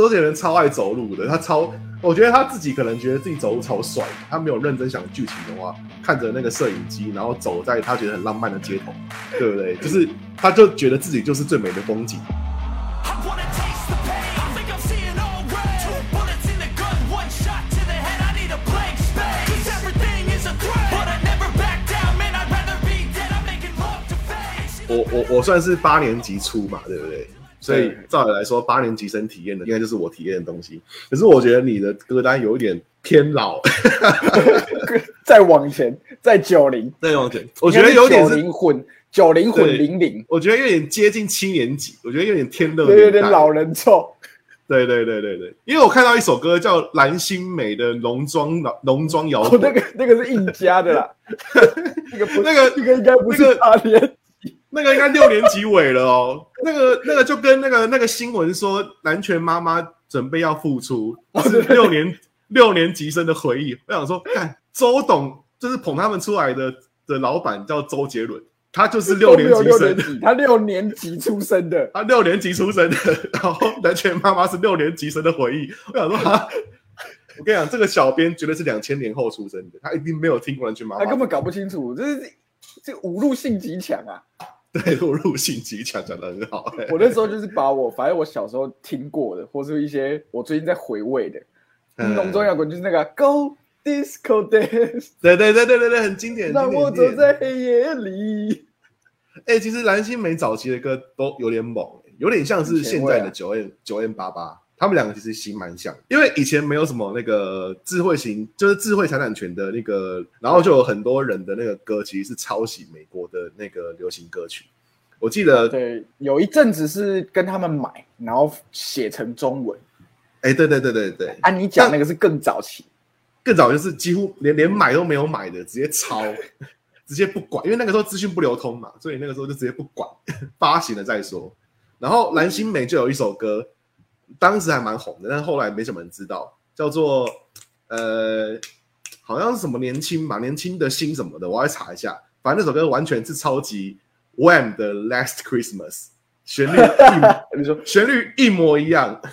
周杰伦超爱走路的，他超，我觉得他自己可能觉得自己走路超帅，他没有认真想剧情的话，看着那个摄影机，然后走在他觉得很浪漫的街头，对不对？就是他就觉得自己就是最美的风景。 I wanna taste the pain. I think I'm seeing all red. Two bullets in the gun, one shot to the head. I need a blank space. Cause everything is a threat. But I never back down, man. I'd rather be dead. I'm making love to fate. 我我我算是八年级初嘛，对不对？所以对照理来说，八年级生体验的应该就是我体验的东西。可是我觉得你的歌单有一点偏老， 再往前，再九零，那种感觉我觉得有点九是，零混，九零混对零零，我觉得有点接近七年级，我觉得有点天乐，对，有点老人臭。 对对对对对，因为我看到一首歌叫蓝心湄的浓妆老浓妆摇哦滚，，那个那个是硬加的啦， 那个 不那个那个应该不那是个八年，那个应该六年级尾了哦，那个那个就跟那个那个新闻说南拳妈妈准备要复出，哦是六年六年级生的回忆。我想说，看周董就是捧他们出来的的老板叫周杰伦，他就是六年级哦六生年，级，他六年级出生的，他啊六年级出生的，然后南拳妈妈是六年级生的回忆。我想说，哈，我跟你讲，这个小编绝对是两千年后出生的，他一定没有听过南拳妈妈他。哎根本搞不清楚，这是这五路性极强啊！对，我入性极强，讲的很好、我那时候就是把我反正我小时候听过的，或是一些我最近在回味的，嗯浓妆摇滚就是那个啊 Go Disco Dance，对对对对对对，很经典。很让经典我很走经典在黑夜里。哎、其实蓝心湄早期的歌都有点猛、有点像是现在的很九 N 九 N 八八，他们两个其实型蛮像，因为以前没有什么那个智慧型，就是智慧财产权的那个，然后就有很多人的那个歌其实是抄袭美国的那个流行歌曲。我记得，对，有一阵子是跟他们买，然后写成中文。哎、对对对对对，啊，你讲那个是更早期，更早就是几乎连连买都没有买的，直接抄，直接不管，因为那个时候资讯不流通嘛，所以那个时候就直接不管， 发行了再说。然后蓝心湄就有一首歌，当时还蛮红的，但是后来没什么人知道，叫做呃，好像是什么年轻吧，年轻的心什么的，我来查一下。反正那首歌完全是超级 Wham 的 Last Christmas，旋律一模比如说旋律一模一样。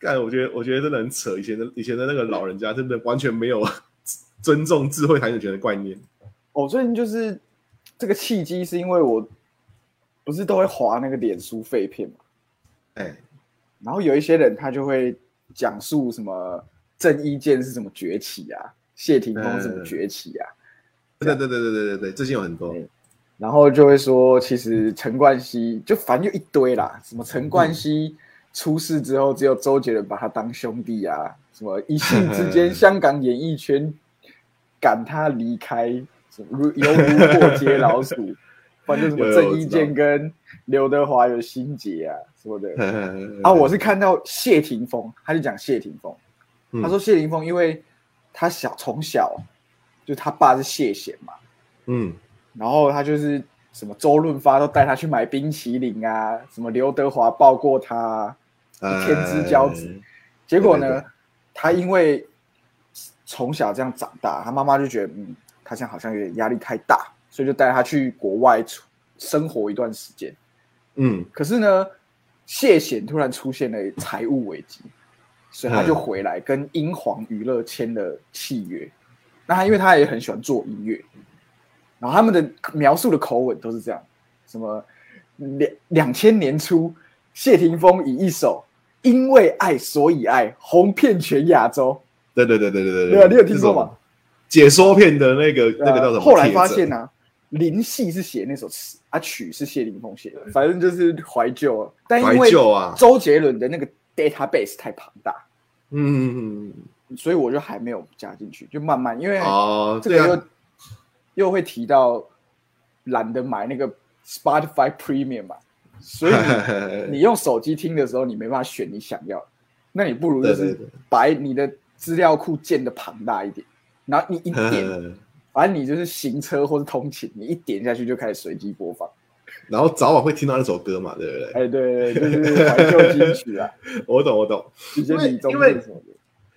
干，我觉得我觉得真的很扯，以前的以前的那个老人家真的完全没有尊重智慧财产权的观念。我哦最近就是这个契机，是因为我不是都会划那个脸书废片嘛，哎，然后有一些人他就会讲述什么郑伊健是怎么崛起啊，谢霆锋是怎么崛起啊，对对对对对对对，最近有很多， 然后就会说其实陈冠希就反正就一堆啦，什么陈嗯冠希出事之后，只有周杰伦把他当兄弟啊，什么一夕 之间香港演艺圈赶他离开，什么如犹如过街老鼠，反正什么 有有我郑知伊道健跟刘德华有心结啊什么的， 啊，啊我是看到谢霆锋，他就讲谢霆锋，嗯他说谢霆锋因为他小从小就他爸是谢贤嘛，嗯，然后他就是什么周润发都带他去买冰淇淋啊，什么刘德华抱过他啊、呃天之骄子结果呢，对对对他因为从小这样长大，他妈妈就觉得嗯，他这样好像有点压力太大，所以就带他去国外出生活一段时间。嗯可是呢，谢贤突然出现了财务危机，所以他嗯就回来跟英皇娱乐签了契约。那他因为他也很喜欢做音乐，然后他们的描述的口吻都是这样，什么两两千年初，谢霆锋以一首。因为爱，所以爱，红遍全亚洲。对对对对对对对啊，你有听过？这吗啊种？解说片的那个那个叫什么？后来发现了，呢、啊，林夕是写那首词，啊曲是谢霆锋写的，反正就是怀旧啊。但因嗯怀为旧啊周杰伦的那个 database 太庞大，嗯嗯嗯所以我就还没有加进去，就慢慢因为嗯，哦，哎这对个又、啊，又会提到懒得买那个 Spotify Premium 嘛，所啊以你 你用手机听的时候，你没办法选你想要的，那你不如就对对是对把你的资料库建的庞大一点，然后你一点。 反正你就是行车或是通勤，你一点下去就开始随机播放。 然后早晚会听到那首歌嘛，对不对？哎，对对，对就是怀旧金曲啊，我懂我懂，一些李宗因为盛什么的。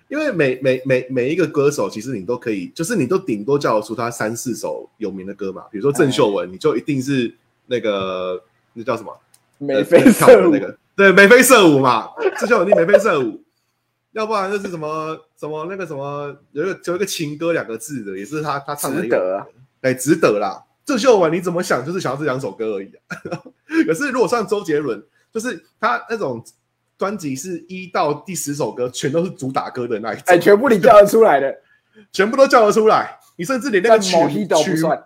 因为每每每每一个歌手，其实你都可以，就是你都顶多叫得出他三四首有名的歌嘛。哎比如说郑秀文，你就一定是那个那叫什么？眉飞呃跳舞色的舞那个，对，眉飞色舞嘛，这就有力眉飞色舞。要不然就是什么什么那个什么，有一个有一个情歌两个字的，也是他他唱的一值个得啊。哎，值得啦。郑秀文你怎么想，就是想要这两首歌而已、啊。 可是如果像周杰伦，就是他那种专辑是一到第十首歌全都是主打歌的那一种，哎，全部你叫得出来的，全部都叫得出来。你甚至 连那但个曲毛衣都不曲算。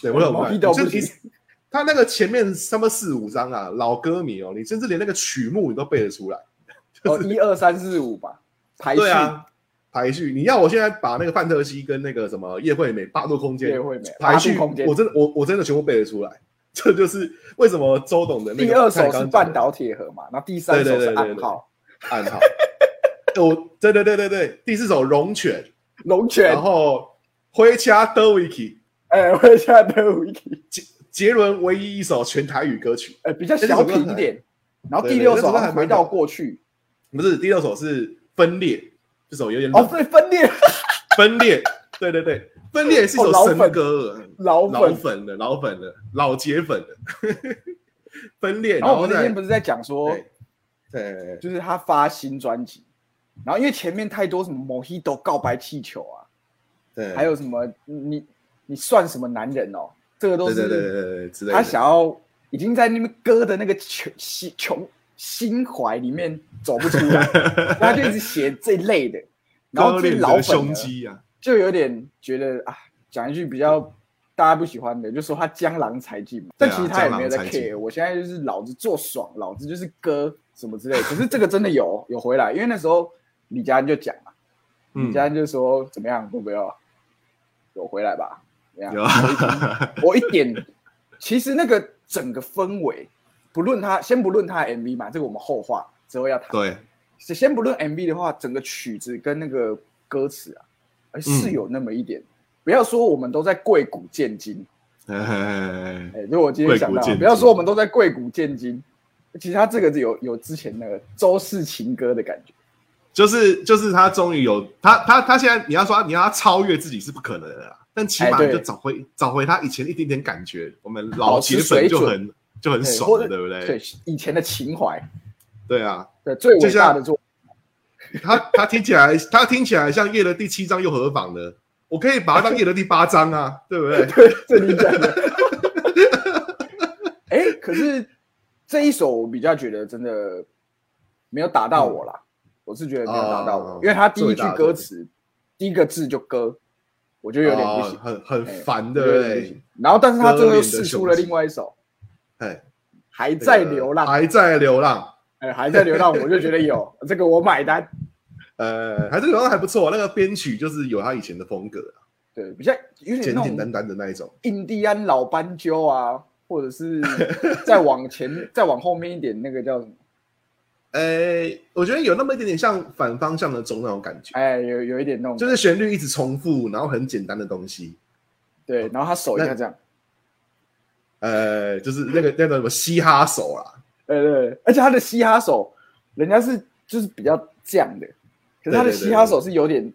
对，我有毛看利都不就是行你他那个前面他妈四五张啊，老歌迷哦，你甚至连那个曲目你都背得出来。哦，一二三四 五吧，排序对啊，排序。你要我现在把那个范特西跟那个什么叶惠美、八度空间、叶惠美排序八度空间我真的我我真的全部背得出来。 这就是为什么周董的那个第二首看刚是刚半讲的岛铁盒嘛，然后第三首是暗号暗号。 哎我对对对对对，第四首龙犬，龙泉然，后灰掐德维奇，哎， 我现在都有一题，杰杰伦唯一一首全台语歌曲，呃，比较小品一点。然后第六首好像回到过去，不是第六首是分裂，这首有点冷哦，所以分裂 分裂，对对对，分裂是一哦首老神粉歌，老老粉。粉的老粉的老铁粉的 分裂，然后我后们那再天不是在讲说，对对就是他发新专辑，然后因为前面太多什么 Mojito 告白气球啊，对，还有什么你你算什么男人哦，这个都对对对对是对对之类的，他想要已经在那边歌的那个穷心穷心怀里面走不出来， 他就一直写这一类的，然后割这裂些你老的粉胸呢肌啊，就有点觉得啊，讲一句比较大家不喜欢的，就说他江郎才尽嘛。对但啊其实他也没有在江郎才尽 care，我现在就是老子做爽，老子就是歌什么之类的。可是这个真的有 有回来，因为那时候李佳恩就讲嘛，嗯李，佳恩就说怎么样，有没有有回来吧？怎么有样？啊， 我一点，其实那个整个氛围，不论他先不论他的 MV 嘛，这个我们后话之后要谈。对， 先先不论 MV 的话，整个曲子跟那个歌词啊，哎是有那么一点。不要说我们都在贵谷见金，哎哎、就我今天想贵到谷见，金不要说我们都在贵谷见金，其实他这个有有之前那个周氏情歌的感觉，就是就是他终于有他他他现在你要说你要他超越自己是不可能的啦，但起码哎对就找回找回他以前一点点感觉，我们老保持铁粉水就准很就很哎爽或了，者对不对对？以前的情怀，对啊，对最就伟像大的作他他听起来他听起来像夜的第七章又何妨呢？我可以把它当夜的第八章 啊，对不对？对，这你讲的。哎、可是这一首我比较觉得真的没有打到我啦，我是觉得没有打到我，嗯哦因为他第一最句大的歌词第一个字就歌，我觉得有点不行哦，很很哎烦，我对觉得不有点不对行？然后，但是他最后割又裂的试胸出了肌另外一首，哎，还这个在流浪，还在流浪，哎、还在流浪，我就觉得有这个我买单，呃，还在流浪还不错，那个编曲就是有他以前的风格啊，对，比较有点简那简种单单的那一种。印第安老斑鸠啊，或者是再往前再往后面一点那个叫什么？呃，我觉得有那么一点点像反方向的钟那种感觉，哎，有有一点那种就是旋律一直重复，然后很简单的东西。对，然后他手一下这样，呃，就是那个那个什么嘻哈手啦，对对对，而且他的嘻哈手，人家是就是比较这样的，可是他对对对的嘻哈手是有点，你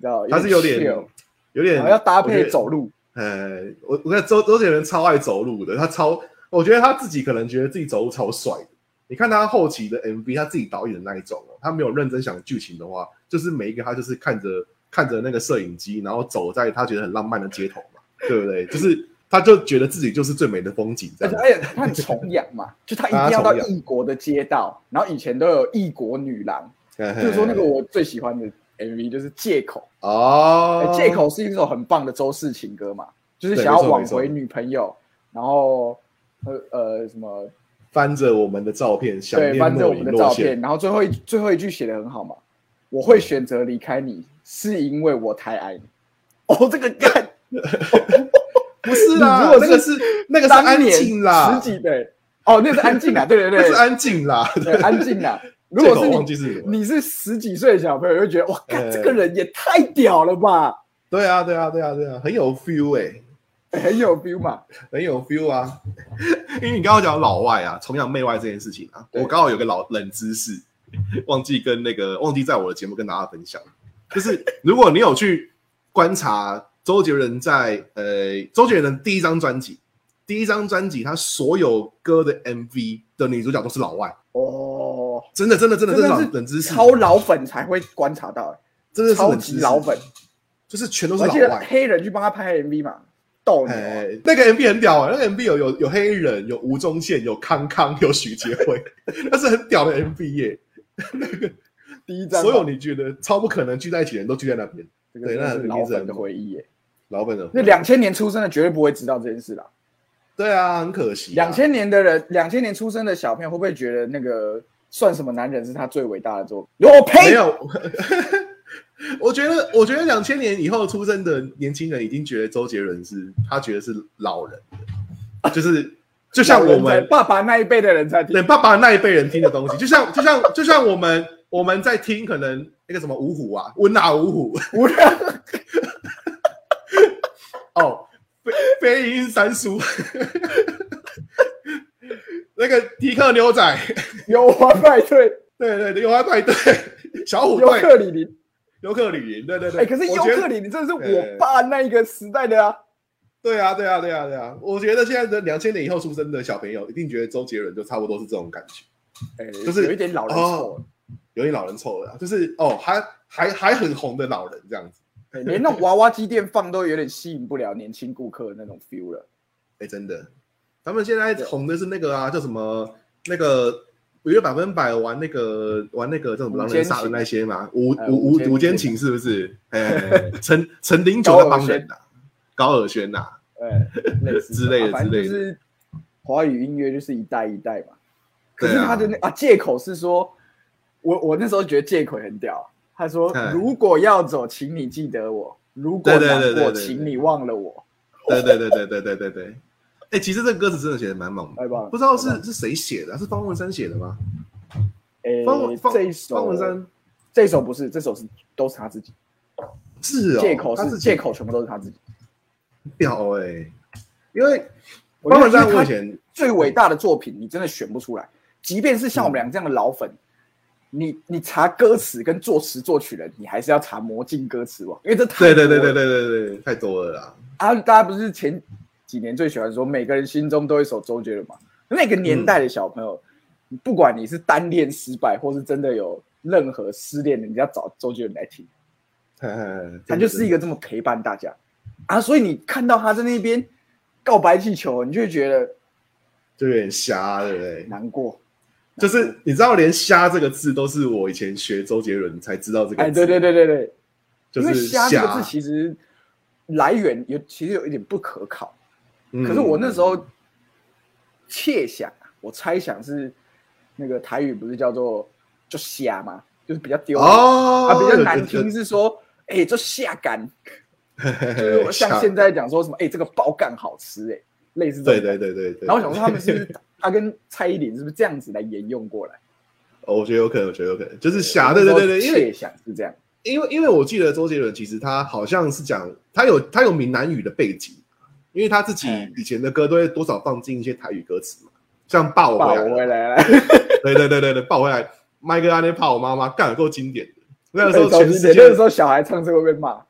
知道，他是有点 chill，有点然哦后要搭我觉配得走路，呃，我我看周周杰伦超爱走路的，他超，我觉得他自己可能觉得自己走路超帅的。你看他后期的 MV，他自己导演的那一种哦，他没有认真想剧情的话，就是每一个他就是看着看着那个摄影机，然后走在他觉得很浪漫的街头嘛，对不对？就是他就觉得自己就是最美的风景这而且样。而且他很崇洋嘛，就他一定要到异国的街道，然后以前都有异国女郎，就是说那个我最喜欢的 MV 就是借口，哦呃，借口是一首很棒的周氏情歌嘛，就是对想要没错挽没错回女朋友，然后呃呃什么翻着我们的照片，想对，念翻着莫我里们的诺照线片，，然后最后一最后一句写的很好嘛，我嗯会选择离开你，是因为我太爱你。哦，这个干，不是你啦如，果那是个是那个是当安年静啦十，几对，哦，那是安静啊，对 对那对，是安静啦。对安 静啊。如借果口是忘记你，是什么？你是十几岁的小朋友，就觉得哇，呃干这个人也太屌了吧，对啊，对啊，对啊，对啊，很有 feel 哎、很有 feel 嘛。 很有 feel 啊。 因为你刚刚讲老外啊，崇洋媚外这件事情啊，对我刚好有个老冷知识，忘记跟那个忘记在我的节目跟大家分享，就是如果你有去观察周杰伦在呃周杰伦的第一张专辑，第一张专辑他所有歌的 MV 的女主角都是老外，哦，真的真的真的，这的种是冷知识，超老粉才会观察到、真的欸，是超冷知级识老粉。，就是全都是我老记得外。黑人去帮他拍 MV 嘛，逗你、哎，那个 MV 很屌啊！那个 MV 有有有黑人，有吴宗宪，有康康，有许杰辉， 那是很屌的 MV 耶！第一张所有你觉得超不可能聚在一起的人都聚在那边，这个对真那的是肯定老是粉很的猛回忆耶。老本的那两千年出生的绝对不会知道这件事啦。对啊，很可惜啊、两千年的人，两千年出生的小朋友会不会觉得那个算什么男人是他最伟大的作品？我没呸！有， 我觉得，我觉得两千年以后出生的年轻人已经觉得周杰伦是他觉得是老人的，就是就像我老人们才爸爸那一辈的人才听对爸爸那一辈人听的东西，就像就像就像我们我们在听可能那个什么五虎啊，温拿五虎无人哦，飞飞鹰三叔，那个迪克牛仔，有华派对，对对对，游玩派对，小虎尤队，克里里。尤克里林，对对对，哎、可是我尤觉得克里里真的是我爸那一个时代的啊。对啊，对啊，对啊，对啊！我觉得现在的两千年以后出生的小朋友，一定觉得周杰伦就差不多是这种感觉，哎、就是哦有一点老人臭了、有点老人臭了啊、就是哦，还还还很红的老人这样子。哎连那种娃娃机店放都有点吸引不了年轻顾客的那种 feel 了。哎，真的，他们现在红的是那个啊，叫什么那个五月百分百玩那个玩那个叫什么五狼间人杀的情那些嘛，五哎五五五间五间情情是不是？哎，陈陈零九那高尔帮人宣呐、高尔宣呐、哎、类 似之类的啊反正之类的就是华语音乐就是一代一代嘛。可是对啊他的那啊借口是说，我我那时候觉得借口很屌。他说哎：“如果要走，请你记得我；如果对对难对过，对对请你忘了我。对对对对对对对对。哎，其实这个歌词真的写的蛮猛”的，太棒了！不知道是太棒了是谁写的啊、是方文山写的哦吗？方文哎，方这一首方文山这一首不是，这首是都是他自己是哦，借口他是是借口，全部都是他自己。表哎、因为我觉方文得山因为我他以前最伟大的作品，你真的选不出来。即便是嗯像我们俩这样的老粉，你你查歌词跟作词作曲人，你还是要查魔镜歌词网，因为这太对对对多对了对对对太多了啦，啊！大家不是前几年最喜欢说每个人心中都有一首周杰伦嘛？那嗯个年代的小朋友，不管你是单恋失败，或是真的有任何失恋的，你要找周杰伦来听。嘿嘿嘿他就是一个这么陪伴大家啊，所以你看到他在那边告白气球，你就会觉得就有点瞎，对不对？难过。就是你知道，连“瞎”这个字都是我以前学周杰伦才知道这个字，哎，对对，对对对，就因是为“瞎”这个字其实来源有其实有一点不可靠，嗯可是我那时候窃想啊，我猜想是那个台语不是叫做就瞎吗？就是比较丢脸哦，啊，比较难有听有是说，哎、这下干，有就是我像瞎现在讲说什么，哎、这个爆干好吃、哎，类似这种对对对对对。然后我想说他们是不是他跟蔡依林是不是这样子来沿用过来？ 哦，我觉得有可能，我觉得有可能，就是“瞎”，对对对对，因为窃想是这样，因为因为我记得周杰伦其实他好像是讲他有他有闽南语的背景，因为他自己嗯以前的歌都会多少放进一些台语歌词嘛，像抱我爸回我来了，回来了，对对对对对，抱我回来，麦哥阿内怕我妈妈，干有够经典的。那个 时候对全周世杰伦界那个时候小孩唱这个会被骂。哎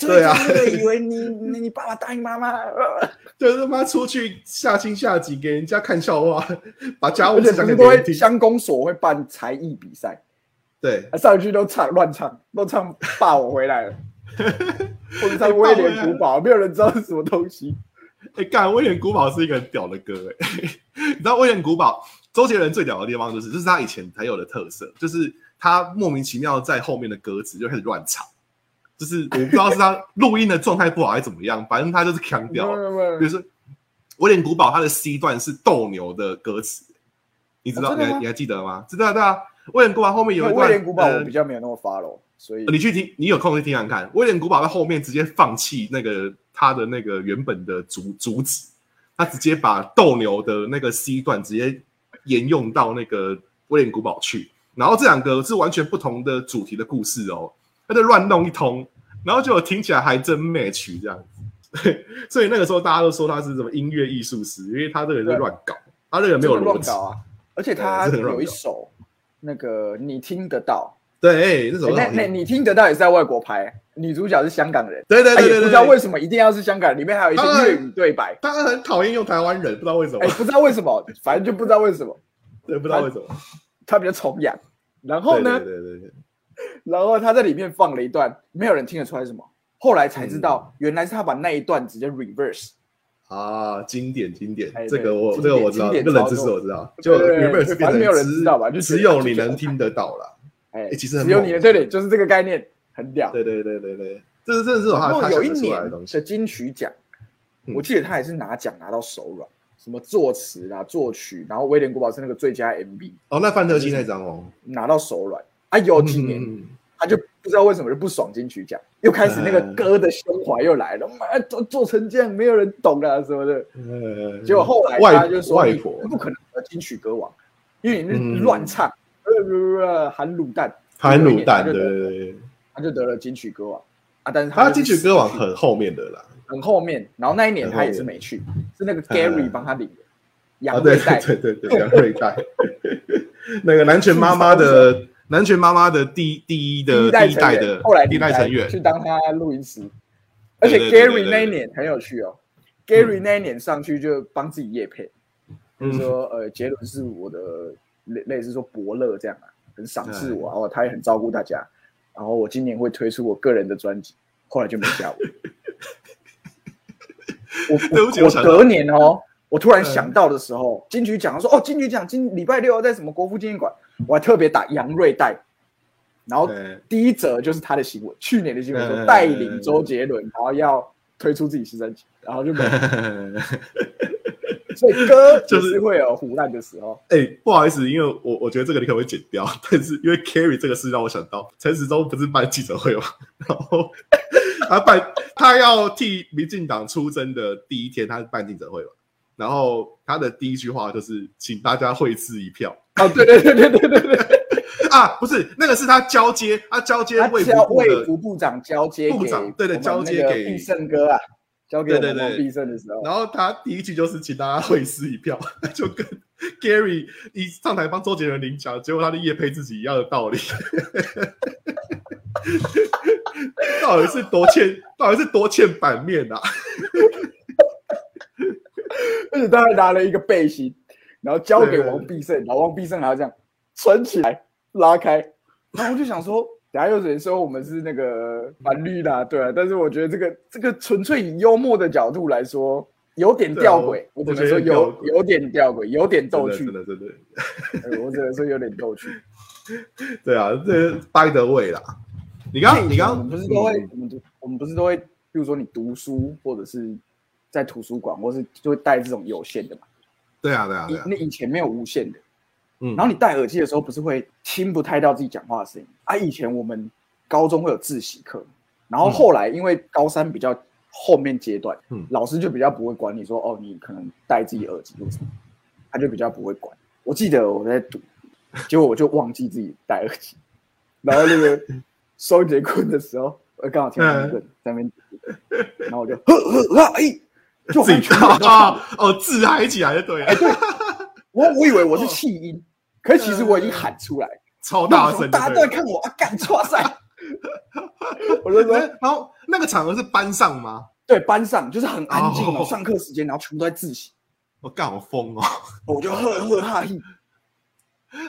对啊就是以为你你你爸爸答应妈妈，呃就是他妈出去下亲下级给人家看笑话， 把家务而且事不讲给是都别人会听。乡公所会办才艺比赛，对，啊上去都唱乱唱，都唱爸我回 来了，或者唱威廉古堡，没有人知道是什么东西。哎、干威廉古堡是一个很屌的歌哎、 你知道威廉古堡周杰伦最屌的地方就是，这、是他以前才有的特色，就是他莫名其妙在后面的歌词就开始乱唱，就是我不知道是 他录音的状态不好还是怎么样，反正他就是腔没有调没。有比没如说威廉古堡，它的 C 段是斗牛的歌词，你知道？哦真你的还吗你还记得吗？知道对啊。威廉古堡后面有有，一段威廉古堡我呃比较没有那么 follow，所以你去听，你有空去听看看。威廉古堡在后面直接放弃那个他的那个原本的主主旨，他直接把斗牛的那个 C 段直接沿用到那个威廉古堡去。然后这两个是完全不同的主题的故事哦，他就乱弄一通，然后就听起来还真 match 这样子。 所以那个时候大家都说他是什么音乐艺术师，因为他这个人就乱搞，他这个人没有真的逻乱辑搞。啊。而且他对真的乱有一搞首那个你听得到，对，哎那首欸歌那好那听。你听得到也是在外国拍，女主角是香港人，对对哎对也对不对知道为对，什么一定要是香港人，里面还有一当然些粤语对白，他哎很讨厌用台湾人，不知道为什么哎，，不知道为什么，反正就不知道为什么。对，不知道为什么。他比较崇洋。然后呢，对对对对，然后他在里面放了一段，没有人听得出来是什么。后来才知嗯道，原来是他把那一段直接 reverse，啊，经典经典哎，这对个我经这个典我知道，经典这冷操知识作我知道，对就对对原本是变反正成没有人只知道吧就觉只得有就你觉得能很听得到 啦。哎哎其实很只有猛你的对对，就是这个概念，很屌。对对对对对，这是这是这种然他后他有想一得出年来的东西的，金曲奖，嗯我记得他也是拿奖拿到手软，什么作词啊、作曲，然后威廉古堡是那个最佳 MV 哦，那范特西那张哦，拿到手软啊。有几年嗯嗯嗯他就不知道为什么就不爽金曲奖，又开始那个嗯歌的胸怀又来了，妈做做成这样没有人懂啊什么的。呃，结果后来他外就说外你 婆你不可能得金曲歌王，因为你嗯是乱唱，呃呃呃含卤蛋，含卤蛋，就对得对对，对他就得了金曲歌王啊。但是他就是金曲歌王死去很后面的啦，很后面，然后那一年很后他面也是没去，是那个 嗯 Gary 帮他领的，啊，杨对瑞代对对对对，杨瑞代， 那个南拳妈妈的南拳妈妈的第第一第的一代第一成代员，的后来第一离代开成员去，当他录音师，而且对对对对 Gary 对嗯那一年很有趣哦，Gary 那一年上去就帮自己夜配，就嗯，是说呃杰伦是我的类类似说伯乐这样啊，很赏识我，然后他也很照顾大家，然后我今年会推出我个人的专辑，后来就没 加我。我对不起我我我想到隔年哦，我突然嗯想到的时候，金曲奖说哦，金曲奖今礼拜六在什么国父纪念馆，我还特别打杨瑞代，然后对第一则就是他的新闻，去年的新闻嗯说嗯带嗯领嗯周杰伦，然后要推出自己新专辑，然后 就没有，所以歌就就是是会有胡乱的时候。 哎、不好意思，因为我我觉得这个你可能会剪掉， 但是因为 Carry 这个事让我想到，陈时中不是办记者会吗？ 然后他办他要替民进党出征的第一天，他办记者会嘛，然后他的第一句话就是请大家会资一票 哦，对对对对对对对，啊，不是那个是他交接，他交接他卫交福部卫的福部长交接给部长对对我们交接那个给必胜哥啊，交给我对们对王对必胜的时候，然后他第一句就是请大家会师一票，就跟 Gary 一上台帮周杰伦领奖，结果他的叶配自己一样的道理。到底是多欠，到底是多欠版面啊！而且他还拿了一个背心，然后交给王必胜，然后王必胜还要这样存起来拉开，然后我就想说。等下又有人说我们是那个反绿啦，对啊，但是我觉得这个这个纯粹以幽默的角度来说，有点对啊吊我诡，我只我能觉说得有吊诡有点吊诡，有点逗趣真，的真的真呃我只能说有点逗趣。的，对啊，这 by the way 啦。你刚刚你我刚们不是都会，嗯我们读我们不是都会，比如说你读书或者是在图书馆，或是就会带这种有线的嘛。对啊对啊以对啊，那以前没有无线的，嗯然后你戴耳机的时候，不是会听不太到自己讲话的声音啊？以前我们高中会有自习课，然后后来因为高三比较后面阶段，嗯老师就比较不会管你说哦，你可能戴自己耳机或什么，他就比较不会管。我记得我在读，结果我就忘记自己戴耳机， 然后那个双节棍的时候，我刚好听到一嗯个人在那边读，然后我就呵呵呵，哎，就自完己全没有到哎啊哦自嗨起来就对了，我我以为哦我是气音，可是其实我已经喊出来，超那大时候声， 大家都在看我，啊，干 错赛。 我就说，然后那个场合是班上吗？ 对，班上就是很安静哦，哦上课时间，然后全部都在自习，我干好疯哦，我就呵呵 哈嘿，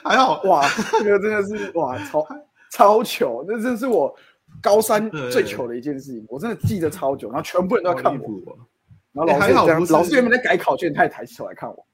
还好哇，这个真的是哇超超糗，那真是我高三最糗的一件事情，我真的记得超久，然后全部人都在看好离我，谱哦然后老师哎还也好这样不，是老师原本在改考卷，他也抬起头来看我，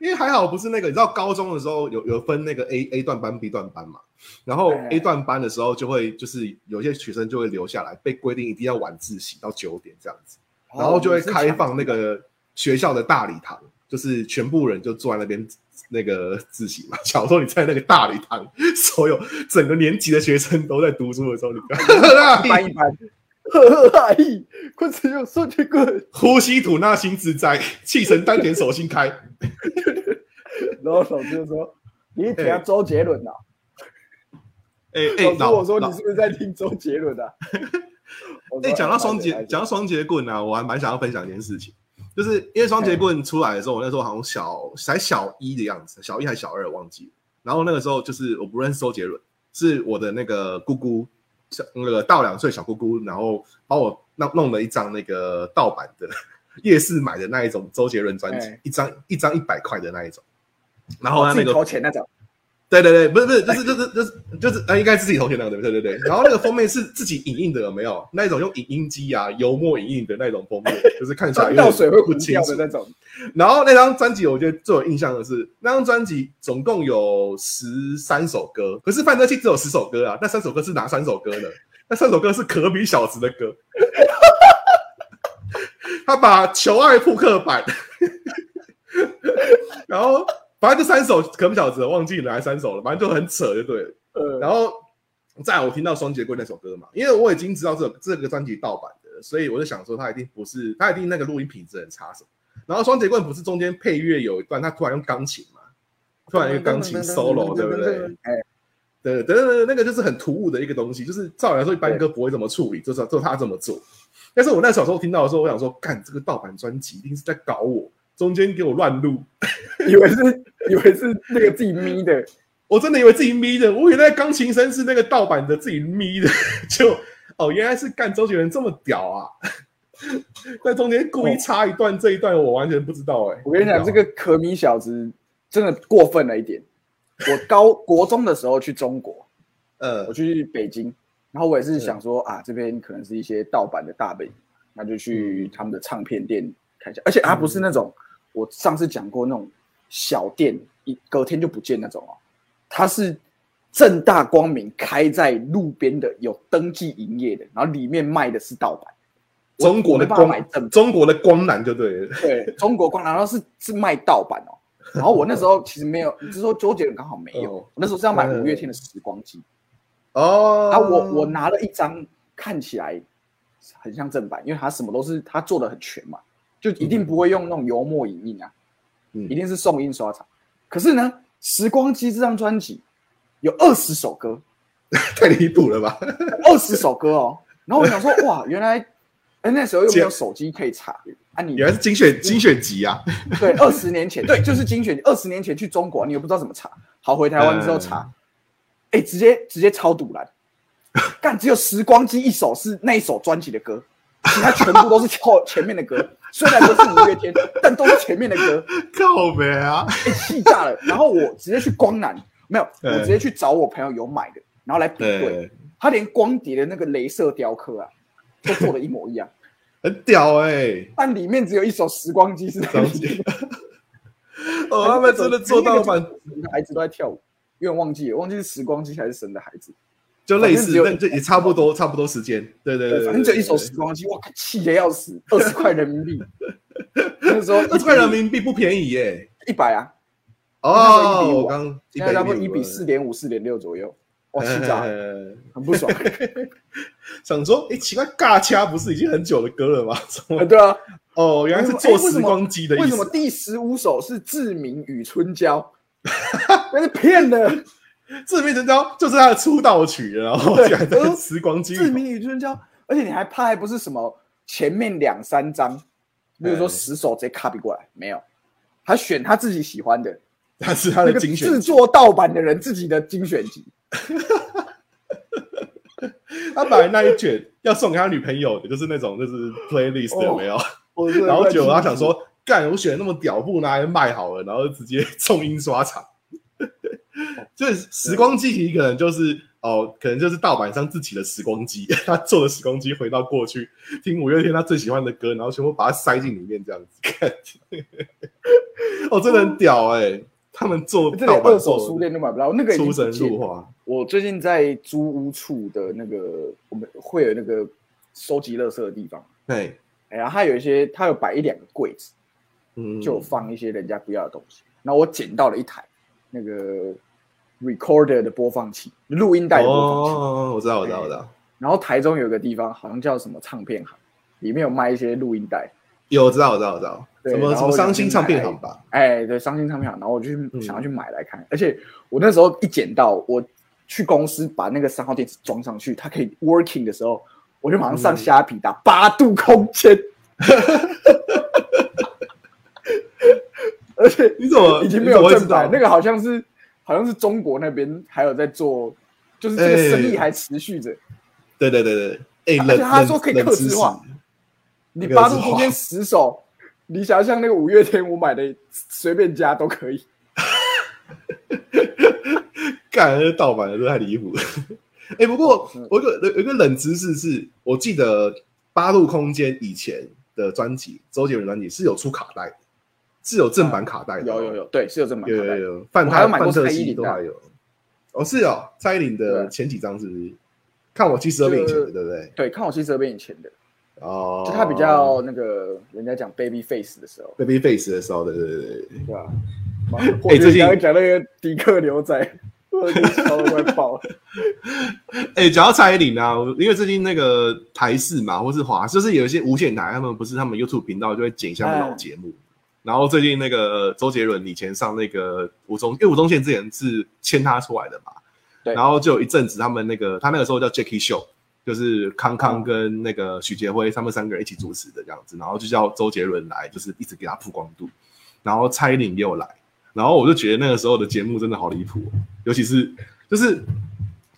因为还好不是那个，你知道高中的时候有有分那个 A A 段班 B 段班嘛，然后对 A 段班的时候就会就是有些学生就会留下来，被规定一定要晚自习到九点这样子，哦哦然后就会开放那个学校的大礼堂，就是全部人就坐在那边那个自习嘛。假如说你在那个大礼堂，所有整个年级的学生都在读书的时候，你不一 要 般一般，呵呵哈嘿，快只有数据棍。呼吸吐纳心自在，气沉丹田手心开。然后老师就说：“你听周杰伦啊？”哎、哎、老师老我说：“老你是不是在听周杰 伦啊？”我哎、说讲到双节，，哎讲到双节棍啊，我还蛮想要分享一件事情，就是因为双节棍出来的时候，我那时候好像小才小一的样子，小一还小二忘记了。然后那个时候就是我不认识周杰伦，是我的那个姑姑，小那个大我两岁小姑姑，然后帮我弄弄了一张那个盗版的夜市买的那一种周杰伦专辑哎，一张一张一百块的那一种。然我后他哦自那己个投钱那种，对对对，不是不是，就是就是就是就是，呃，应该是自己同学那个对对对对。然后那个封面是自己影印的，有没有那一种用影印机啊、油墨影印的那种封面，就是看起来沾有到点水会不糊清掉楚的那种。然后那张专辑，我觉得最有印象的是那张专辑总共有十三首歌，可是范特西只有十首歌啊。那三首歌是哪三首歌呢？那三首歌是可比小子的歌， 他把《求爱扑克版》， 然后反正就三首可比小子，忘记哪三首了，反正就很扯就对了。呃，然后再来我听到双节棍那首歌嘛，因为我已经知道这这个专辑盗版的，所以我就想说他一定不是，他一定那个录音品质很差什么。然后双节棍不是中间配乐有一段，他突然用钢琴嘛，突然一个钢琴 solo，对不对？？哎，对对对，那个就是很突兀的一个东西，就是照理来说一般歌不会这么处理，就是就他这么做。但是我那小时候听到的时候，我想说，干这个盗版专辑一定是在搞我，中间给我乱录，以为是以为是那个自己咪的，我真的以为自己咪的，我以为那钢琴声是那个盗版的自己咪的， 就哦，原来是干周杰伦这么屌啊！ 在中间故意插一段，这一段我完全不知道哎、我跟你讲，这个个可米小子真的过分了一点。我高国中的时候去中国，呃我去北京，然后我也是想说啊，这边可能是一些盗版的大本营，那就去他们的唱片店看一下。而且它不是那种、我上次讲过那种小店，一隔天就不见那种哦，它是正大光明开在路边的，有登记营业的，然后里面卖的是盗版。我中国的我没办法光买正版中国的光南就对了，对， 中国光，然后是是卖盗版哦。然后我那时候其实没有，只是说周杰伦刚好没有，嗯我那时候是要买五月天的时光机，哦啊，我我拿了一张看起来很像正版，因为他什么都是他做的很全嘛，就一定不会用那种油墨影印啊，嗯一定是送印刷厂。可是呢，时光机这张专辑有二十首歌， 太离谱了吧？二十首歌哦。然后我想说，哇，原来哎那时候又没有手机可以查啊，你原来是精选精选集啊， 对，二十年前，对，就是精选。二十年前去中国，你也不知道怎么查，好回台湾之后查，嗯哎、直接直接超堵 拦，干，只有时光机一首是那一首专辑的歌，其他全部都是后前面的歌，虽然都是五月天，但都是前面的歌， 靠北啊！哎、气炸了。然后我直接去光南，没有，我嗯直接去找我朋友有买的，然后来比对对，，他连光碟的那个镭射雕刻啊，都做的一模一样，很屌哎、但里面只有一首时光机是在张里面。杰， 哦，他们真的做盗版，整个孩子都在跳舞，有点忘记了，忘记是时光机还是神的孩子，就类似反正只，有那就也差不多，差不多时间，对对对，反正只有一首对时光机，哇，气得要死，二十块人民 币，那时候二十块人民币不便宜耶。一百啊，那时候哦， 1:5啊我刚现在差不多1:5一比四，点五、四点六左右，哇，气炸 了，呃很不爽， 想说，哎，奇怪，尬掐不是已经很久的歌了 吗？怎么啊对啊，哦，原来是做时光机的意为什么思，第十五首是志明与春娇？ 那是 骗的，志明神交就是他的出道曲，然后对竟然跟时光机 志明与春娇，而且你还怕还不是什么前面两三张，比如说嗯十首直接 copy 过来，没有，他选他自己喜欢的，他是他那的个精选制，作盗版的人自己的精选集，他本来那一卷要送给他女朋友的，就是那种就是 playlist 哦有没有？ 我真的然后快久了他气想死，说，干，我选的那么屌，不如拿来卖好了，然后直接 送印刷厂。哦所以时光机体可能就是哦，可能就是盗版商自己的时光机， 他做的时光机回到过去，听五月天他最喜欢的歌，然后全部把它塞进里面这样子。看， 哦，真的很屌哎、他们做这里盗版二手书做的店都买不到，那个已经出不神见入了化。我最近在租屋处的那个，我们会有那个收集垃圾的地方，对，哎呀，它有一些，它有摆一两个柜子，嗯，就有放一些人家不要的东西。然后我捡到了一台那个 recorder 的播放器，录音带的播放器。哦，我知道，我知道，我知道，然后台中有个地方好像叫什么唱片行，里面有卖一些录音带。有我知道，我知道，我知道，对什么然什后么我伤就心去唱片买行吧，哎，对，伤心唱片行，然后我就嗯去想要去买来看，而且我那时候一捡到，我去公司把那个三号电池装上去，它可以 working 的时候，我就马上嗯上虾皮打八度空间，而且你怎么已经没你怎么有会正知道版，那个好像是好像是中国那边还有在做，就是这个生意哎还持续着。对对对对，哎，而冷且他冷说可以冷客知制识化你那个八是度空花间十首，你想像那个五月天我买的随便加都可以。干，这盗版的这太离谱了。 哎、不过嗯我有个有一个冷知识是，我记得八路空间以前的专辑，周杰伦专辑是有出卡带的，是有正版卡带的、啊有有有，对，是有正版有卡有带。有，范我还特有买过范特蔡依西林都的还有。哦，是哦，蔡依林的对前几张是不是？看我七十二遍以前的，就对不对？对，看我其实这边以前的，哦，就他比较那个人家讲 baby face 的时候， baby face 的时候，对对对对。对吧？哎最近刚刚讲那个迪克牛仔， 我真的 笑到快爆了。哎、讲到蔡依林啊，我因为最近那个台视嘛，或是华，就是有一些无线台，他们不是他们 YouTube 频道就会剪一下老节目。然后最近那个周杰伦以前上那个吴宗，因为吴宗宪之前是签他出来的嘛，对然后就有一阵子他们那个他那个时候叫 Jackie Show，就是康康跟那个许杰辉他们三个人一起主持的这样子，然后就叫周杰伦来，就是一直给他曝光度。然后蔡依林也有来，然后我就觉得那个时候的节目真的好离谱哦、尤其是就是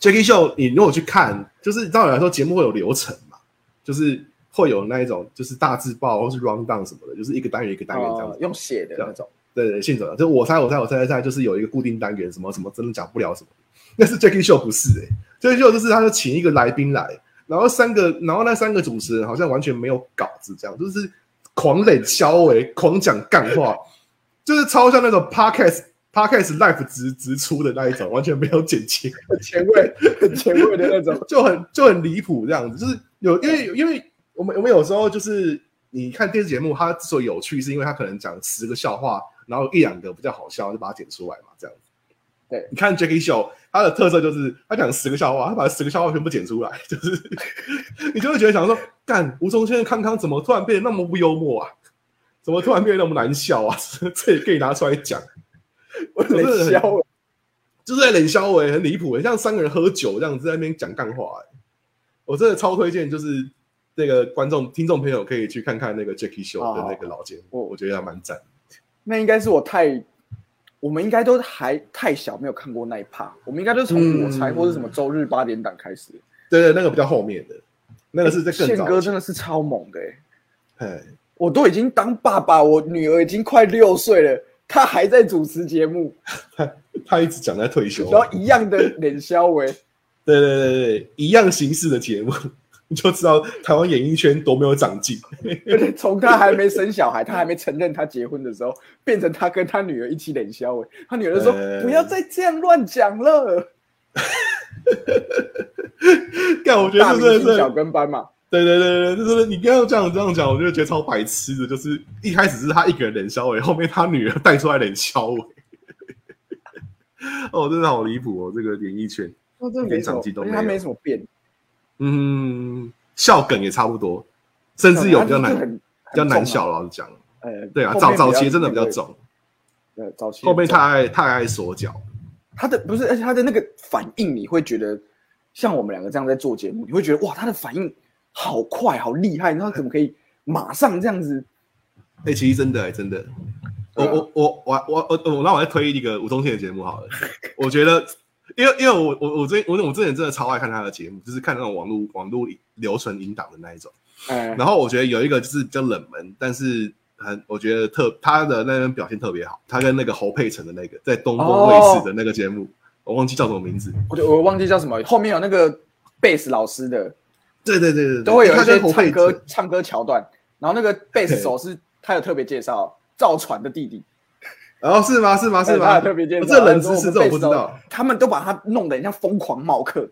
Jackie Show，你如果去看，就是照理来说节目会有流程嘛，就是会有那一种就是大字报或是 round down 什么的，就是一个单元一个单元这样子。哦用写的那种，对啊对，信走了，就我猜我猜我猜猜猜，就是有一个固定单元，什么什么真的讲不了什么。但是 Jackie Show 不是哎、欸、，Jackie Show 就是他就请一个来宾来，然后三个，然后那三个主持人好像完全没有稿子，这样就是狂冷消委，狂讲干话，就是超像那种 podcast podcast live 直直出的那一种，完全没有剪辑。很前卫、很前卫的那种。就很就很离谱这样子，就是有因为因为我们我们有时候就是你看电视节目，它之所以有趣，是因为它可能讲十个笑话，然后一两个比较好笑，就把它剪出来嘛，这样子。对你看 Jackie Show，它的特色就是他讲十个笑话，他把十个笑话全部剪出来，就是 你就会觉得想说，干吴宗宪的康康怎么突然变得那么不幽默啊？怎么突然变得那么难笑啊？ 这也可以拿出来讲。 我冷笑，就是在冷笑哎、很离谱哎，像三个人喝酒这样子在那边讲干话哎、我真的超推荐，就是那个观众听众朋友可以去看看那个 Jackie Show 的那个老节目，哦我我觉得还蛮赞。那应该是我太，我们应该都还太小，没有看过那一趴。我们应该都是从我猜嗯或者什么周日八点档开始。对对，那个比较后面的，那个是在更宪早哥期。真的是超猛的、欸，哎，我都已经当爸爸，我女儿已经快六岁了，他还在主持节目，他他一直讲在退休，啊然后一样的冷笑喂，对对对对，一样形式的节目， 你就知道台湾演艺圈多没有长进。 而且从他还没生小孩，他还没承认他结婚的时候，变成他跟他女儿一起冷笑喂，他女儿就说、呃不要再这样乱 讲了，干，我觉大得明这真星的是小跟班嘛，对对对对，对就是你刚刚这样这样讲，我就觉得超白痴的。就是一开始是他一个人冷笑伟，后面他女儿带出来冷笑伟。哦，真的好离谱哦，这个演艺圈。哦，这连没什长么记都，而且没他有没什么变，嗯，笑梗也差不多，甚至有他比较就是难、很比较难，笑很重啊了。老实讲，呃，对啊，后早面早较期真的比较那个，重，呃，早期后面他太爱太爱锁脚。他的不是，而且他的那个反应，你会觉得像我们两个这样在做节目，你会觉得哇，他的反应好快，好厉害，他怎么可以马上这样子？哎、其实真的、欸、真的，我对啊我我我我我我，那我再推一个吴宗宪的节目好了。我觉得，因为因为我我我最我我之前真的超爱看他的节目，就是看那种网络网络留存引导的那一种。哎、然后我觉得有一个就是比较冷门，但是很我觉得特他的那边表现特别好，他跟那个侯佩岑的那个在东风卫视的那个节目，我忘记叫什么名字。我就我忘记叫什么，后面有那个贝斯老师的，对对对对，都会有他一些跟侯唱佩岑歌唱歌桥段，然后那个贝斯手是他有特别介绍赵传的弟弟，然哦后是吗？是啊吗？是对吗？哎他有特别介绍，我这冷知然后识说这我我不们贝知斯手道。，他们都把他弄得很像疯狂冒客，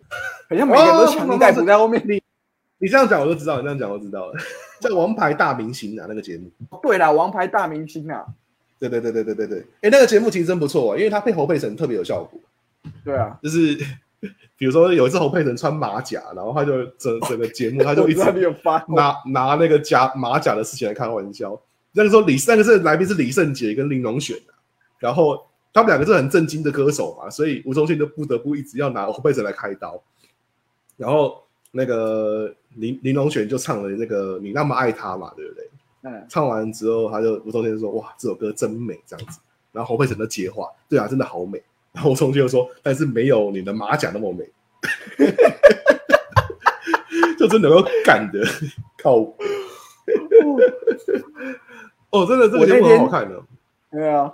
很像每个人哦都强力逮捕在后面。你这样讲我就知道，你这样讲我就知道了，叫《王牌大明星》啊，那个节目。对啦，王牌大明星啊，对对对对对对对，哎，那个节目其实真不错、啊，因为它配侯佩岑特别有效果。对啊，就是比如说有一次侯佩岑穿马甲，然后他就整整个节目他就我一知直道你有发过拿拿那个甲马甲的事情来开玩笑。那个时候李那个是来宾是李圣杰跟林隆璇、啊、然后他们两个是很正经的歌手嘛，所以吴宗宪就不得不一直要拿侯佩岑来开刀。然后那个林林隆璇就唱了那个你那么爱他嘛，对不对？嗯，唱完之后，他就吴宗宪就说：“哇，这首歌真美。”这样子，然后侯佩岑就接话：“对啊，真的好美。”然后吴宗宪就说：“但是没有你的马甲那么美。” 就真的够干的，靠！哦，真的，这个我节那目很天好看哦的。对啊，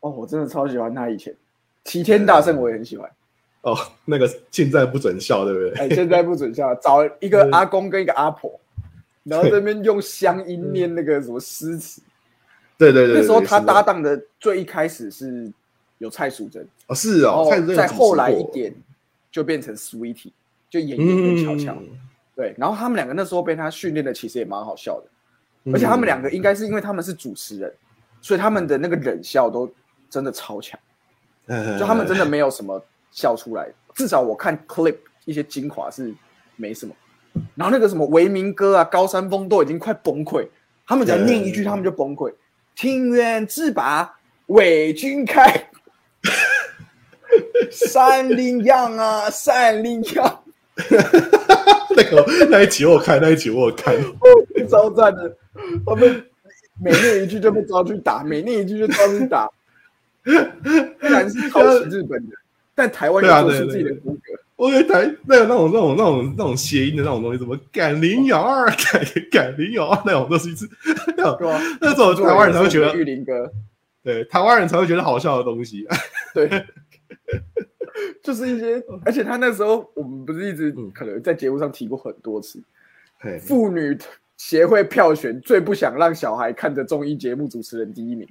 哦，我真的超喜欢他以前《齐天大圣》，我也很喜欢。哦，那个现在不准笑，对不对？哎，现在不准笑，找一个阿公跟一个阿婆，然后这边用乡音念那个什么诗词。对对对对，那时候对他是的搭档的最一开始是有蔡淑珍，哦是然哦，蔡后徐坤有再主持后来过一点就变成 Sweetie，就演员跟嗯，巧巧。对，然后他们两个那时候被他训练的其实也蛮好笑的，嗯而且他们两个应该是因为他们是主持人，所以他们的那个忍笑都真的超强，就他们真的没有什么笑出来，至少我看 clip 一些精华是没什么。然后那个什么维明哥啊、高山峰都已经快崩溃，他们只要念一句，嗯他们就崩溃。庭院自拔，伪君开，山林样啊，山林样。 那个那一集我有看，那一集我有看，超赞的，他们每念一句就被抓去打，每念一句就抓去打。虽然是抄袭日本的，但台湾也做出自己的风格。我觉得台那个那种那种那种那种谐音的那种东西，什么敢领咬二，敢敢领咬二那种东西是那种对吧？那种台湾人才会觉得玉林哥，对台湾人才会觉得好笑的东西。对， 就是一些，而且他那时候我们不是一直哦嗯可能在节目上提过很多次，嘿妇女协会票选最不想让小孩看的综艺节目主持人第一名，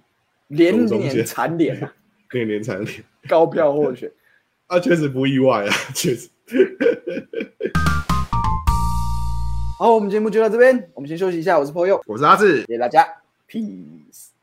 连中年间蝉联啊，可以连缠连高票 获选。啊，确实不意外啊，确实。好，我们节目就到这边，我们先休息一下。我是 p o y o 我是阿志，谢谢大家，peace。